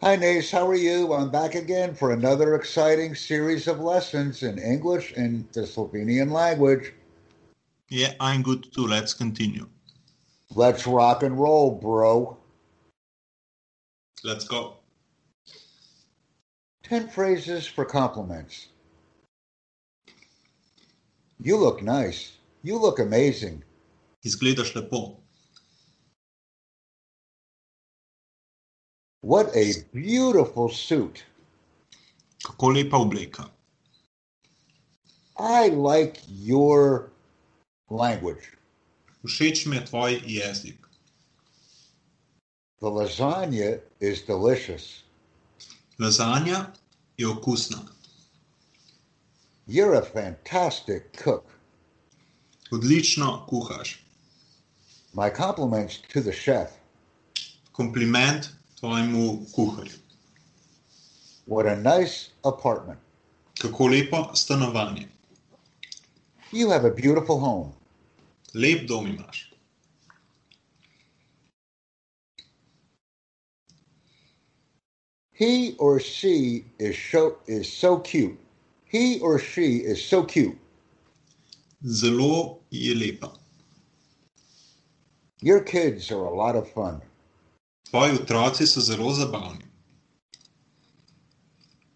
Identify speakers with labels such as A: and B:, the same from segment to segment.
A: Hi, Nace. How are you? I'm back again for another exciting series of lessons in English and the Slovenian language.
B: Yeah, I'm good too. Let's continue.
A: Let's rock and roll, bro.
B: Let's go.
A: 10 phrases for compliments. You look nice. You look amazing.
B: Izgledaš lepo.
A: What a beautiful suit.
B: Kako lepa obleka.
A: I like your language.
B: Všeč mi je tvoj jezik.
A: The lasagna is delicious.
B: Lazanja je okusna.
A: You're a fantastic cook.
B: Odlično kuhaš.
A: My compliments to the chef.
B: Kompliment tvojemu kuharju.
A: What a nice apartment.
B: Kako lepo stanovanje.
A: You have a beautiful home.
B: Lep dom imaš.
A: He or she is so is so cute. He or she is so cute.
B: Zelo je lepa.
A: Your kids are a lot of fun.
B: Tvoji otroci so zelo zabavni.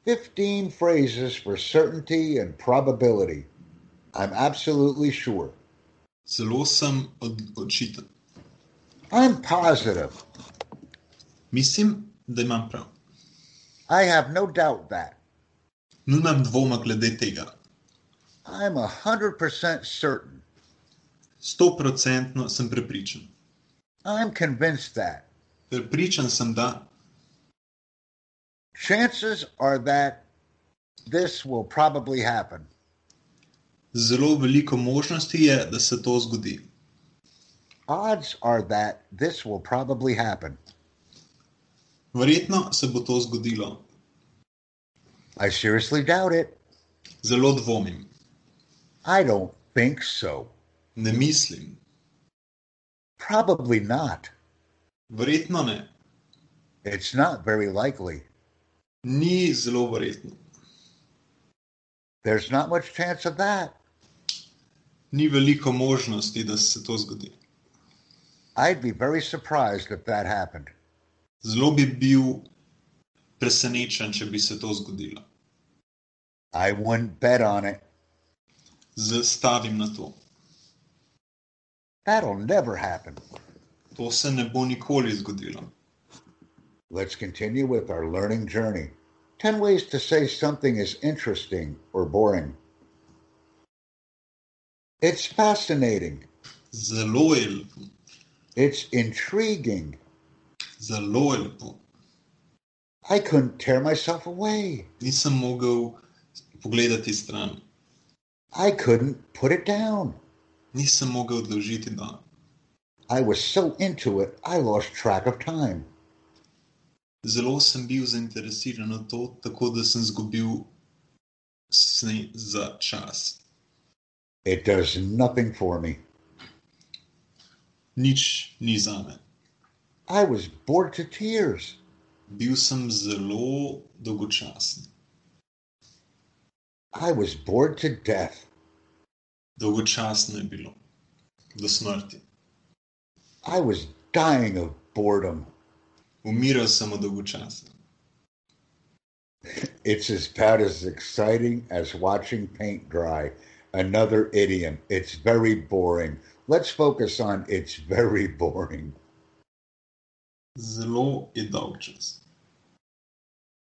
A: 15 phrases for certainty and probability. I'm absolutely sure.
B: Zelo sem od, odčiten.
A: I'm positive.
B: Mislim, da imam prav.
A: I have no doubt that.
B: Nimam dvoma glede tega.
A: I'm 100% certain.
B: Stoprocentno sem prepričan.
A: I'm convinced that.
B: Prepričan sem, da
A: Chances are that this will probably happen.
B: zelo veliko možnosti je, da se to zgodi.
A: Odds are that this will probably happen.
B: Verjetno se bo to zgodilo.
A: I seriously doubt it.
B: Zelo dvomim.
A: I don't think so.
B: Ne mislim.
A: Probably not.
B: Verjetno ne.
A: It's not very likely.
B: Ni zelo verjetno.
A: There's not much chance of that.
B: Ni veliko možnosti, da se to zgodi.
A: I'd be very surprised if that happened.
B: Zelo bi bil presenečen, če bi se to zgodilo.
A: I wouldn't bet on it.
B: Zastavim na to.
A: That'll never happen.
B: To se ne bo nikoli zgodilo.
A: Let's continue with our learning journey. 10 ways to say something is interesting or boring. It's fascinating.
B: Zelo je lepo,
A: It's intriguing.
B: zelo je lepo.
A: I couldn't tear myself away.
B: Nisem mogel pogledati stran,
A: I couldn't put it down.
B: nisem mogel odložiti dan.
A: I was so into it, I lost track of time.
B: Zelo sem bil zainteresiran na to, tako da sem izgubil sne za čas.
A: It does nothing for me.
B: Nič ni za me.
A: I was bored to tears.
B: Bil sem zelo dolgočasen.
A: I was bored to death.
B: Dolgočasno je bilo, do smrti.
A: I was dying of boredom.
B: Umiral sem od dolgočasna.
A: It's about as exciting as watching paint dry. Another idiom. It's very boring. Let's focus on it's very boring.
B: Zelo je dolg čas.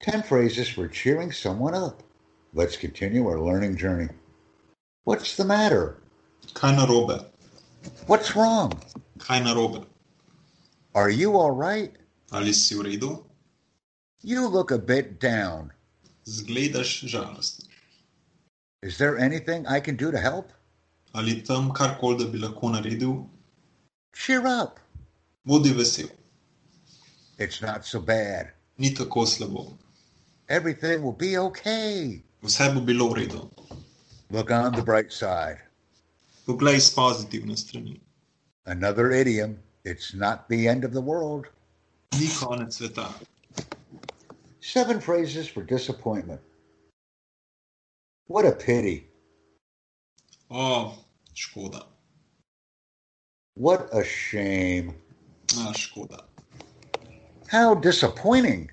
A: 10 phrases for cheering someone up. Let's continue our learning journey. What's the matter?
B: Kaj narobe?
A: What's wrong?
B: Kaj narobe?
A: Are you all right?
B: Ali si v redu?
A: You look a bit down.
B: Zgledaš žalosten.
A: Is there anything I can do to help?
B: Ali tam karkoli, da bi lahko naredil,
A: Cheer up.
B: bodi vesel.
A: It's not so bad.
B: Ni tako slabo.
A: Everything will be okay.
B: Vse bo bilo v redu.
A: Look on the bright side.
B: Poglej s pozitivne strani.
A: Another idiom. It's not the end of the world.
B: Ni konec sveta.
A: Seven phrases for disappointment. What a pity.
B: A, škoda.
A: What a shame.
B: A, škoda.
A: How disappointing.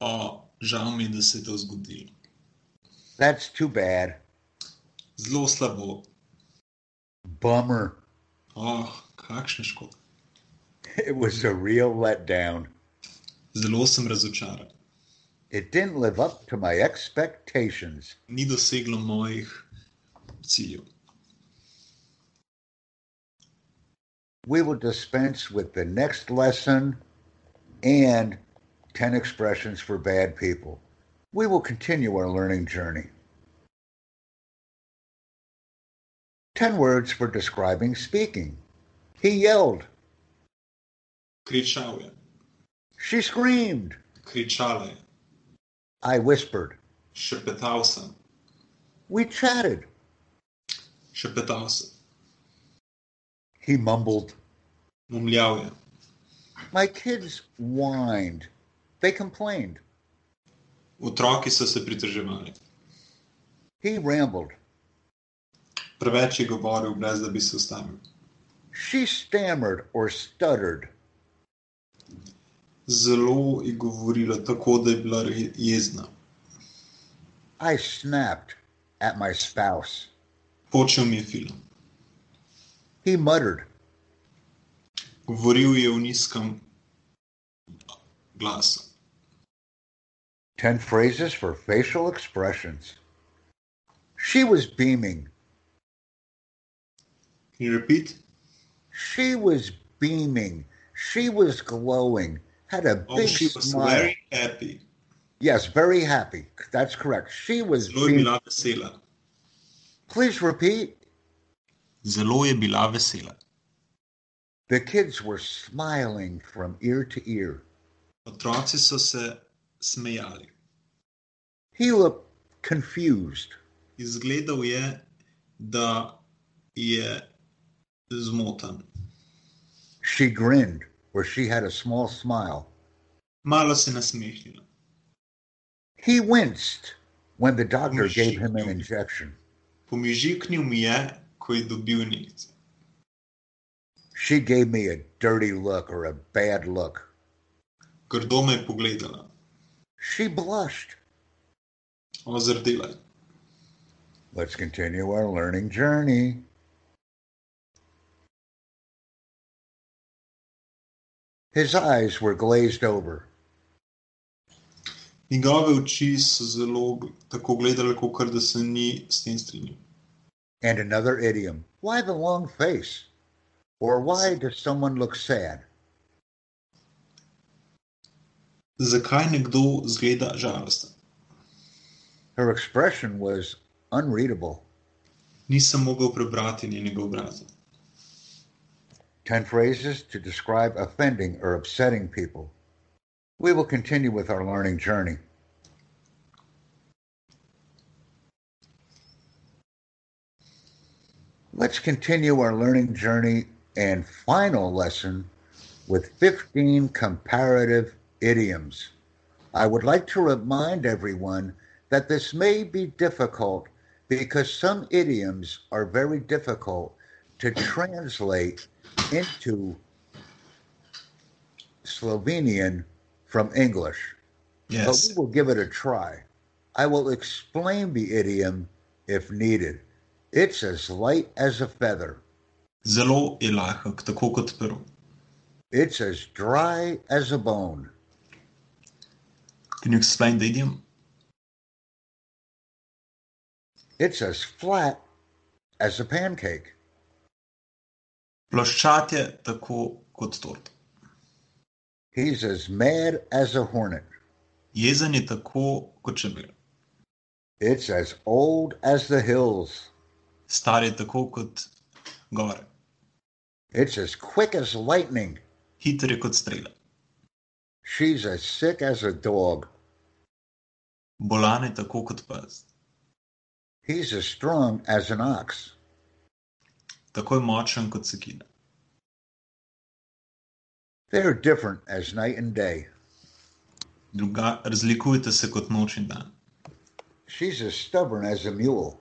B: A, žal mi je, da se je to zgodilo.
A: That's too bad.
B: Zelo slabo.
A: Bummer.
B: Oh, kakšna škoda.
A: It was a real letdown.
B: Zelo sem razočaran.
A: It didn't live up to my expectations.
B: Ni doseglo mojih ciljev.
A: We will dispense with the next lesson and 10 expressions for bad people. We will continue our learning journey. 10 words for describing speaking. He yelled.
B: Kričal je,
A: She screamed.
B: kričala je,
A: I whispered.
B: šepetal sem,
A: We chatted.
B: šepetal sem,
A: He mumbled.
B: mumljal je.
A: My kids whined. They complained.
B: Otroci so se pritoževali.
A: He rambled.
B: Preveč je govoril, brez da bi se ustavil.
A: She stammered or stuttered.
B: Zelo je govorila tako, da je bila re- jezna.
A: I snapped at my spouse.
B: Počel mi je film.
A: He muttered.
B: Govoril je v nizkem glasu.
A: 10 phrases for facial expressions. She was beaming.
B: Can you repeat?
A: She was beaming. She was glowing. Had a
B: Oh,
A: big
B: she was
A: smile.
B: very happy.
A: Yes, very happy. That's correct. She was
B: Zelo je
A: beaming.
B: bila vesela.
A: Please repeat.
B: Zelo je bila vesela.
A: The kids were smiling from ear to ear.
B: Otroci so se smejali.
A: He looked confused.
B: Izgledal je, da je zmotan.
A: She grinned, where she had a small smile.
B: Malo se je nasmehnila.
A: He winced when the doctor gave him an
B: Oh, She-
A: injection.
B: Pomižiknil mi je, ko je dobil injekcijo.
A: She gave me a dirty look or a bad look.
B: Grdo me je pogledala,
A: She blushed.
B: ozrdela je.
A: Let's continue our learning journey. His eyes were glazed over.
B: Njegove oči so zelo gl- tako gledale, kot da se ni s tem strinjal.
A: And another idiom why the long face? Or why does someone look sad?
B: Zakaj nekdo zgleda žalosten?
A: Her expression was unreadable.
B: Nisem mogel prebrati njenega obraza.
A: 10 phrases to describe offending or upsetting people. We will continue with our learning journey. Let's continue our learning journey and final lesson with 15 comparative idioms. I would like to remind everyone that this may be difficult because some idioms are very difficult to translate into Slovenian from English, but
B: Yes.
A: we will give it a try. I will explain the idiom if needed. It's as light as a feather.
B: Zelo je lahek, tako kot pero.
A: It's as dry as a bone.
B: Can you explain the idiom?
A: It's as flat as a pancake.
B: Ploščat je tako kot tort.
A: He's as mad as a hornet.
B: Jezen je tako kot čebel.
A: It's as old as the hills.
B: Star je tako kot gore.
A: It's as quick as lightning.
B: Hiter je kot strela.
A: She's as sick as a dog.
B: Bolan je tako kot pes.
A: He's as strong as an ox.
B: Tako je močen kot sekina.
A: They're different as night and day.
B: Druga, razlikujete se kot noč in dan.
A: She's as stubborn as a mule.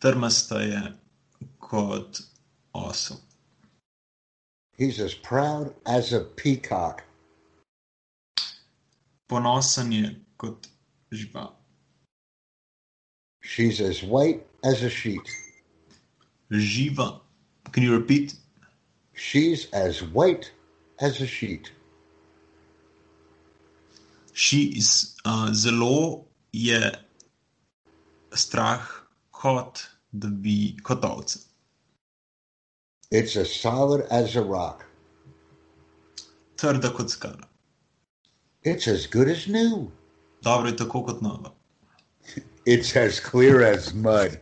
B: Trmasta je kot osel.
A: He's as proud as a peacock.
B: Ponosen je kot žival.
A: She's as white as a sheet.
B: Živa. Can you repeat?
A: She's as white as a sheet.
B: She is, uh, zelo je strah kot, da bi kot ovce.
A: It's as solid as a rock.
B: Trda kot skala.
A: It's as good as new.
B: Dobro je tako kot nova.
A: It's as clear as mud.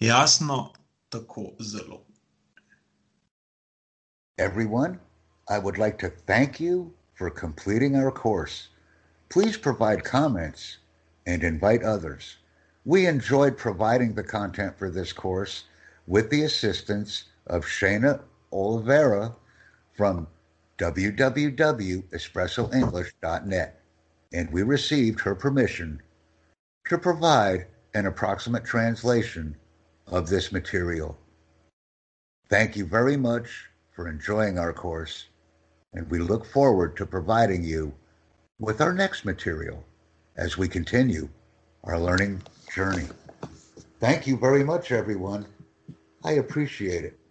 B: Jasno, tako zelo.
A: Everyone, I would like to thank you for completing our course. Please provide comments and invite others. We enjoyed providing the content for this course with the assistance of Shana Oliveira from www.espressoenglish.net, and we received her permission to provide an approximate translation of this material. Thank you very much for enjoying our course, and we look forward to providing you with our next material as we continue our learning journey. Thank you very much, everyone. I appreciate it.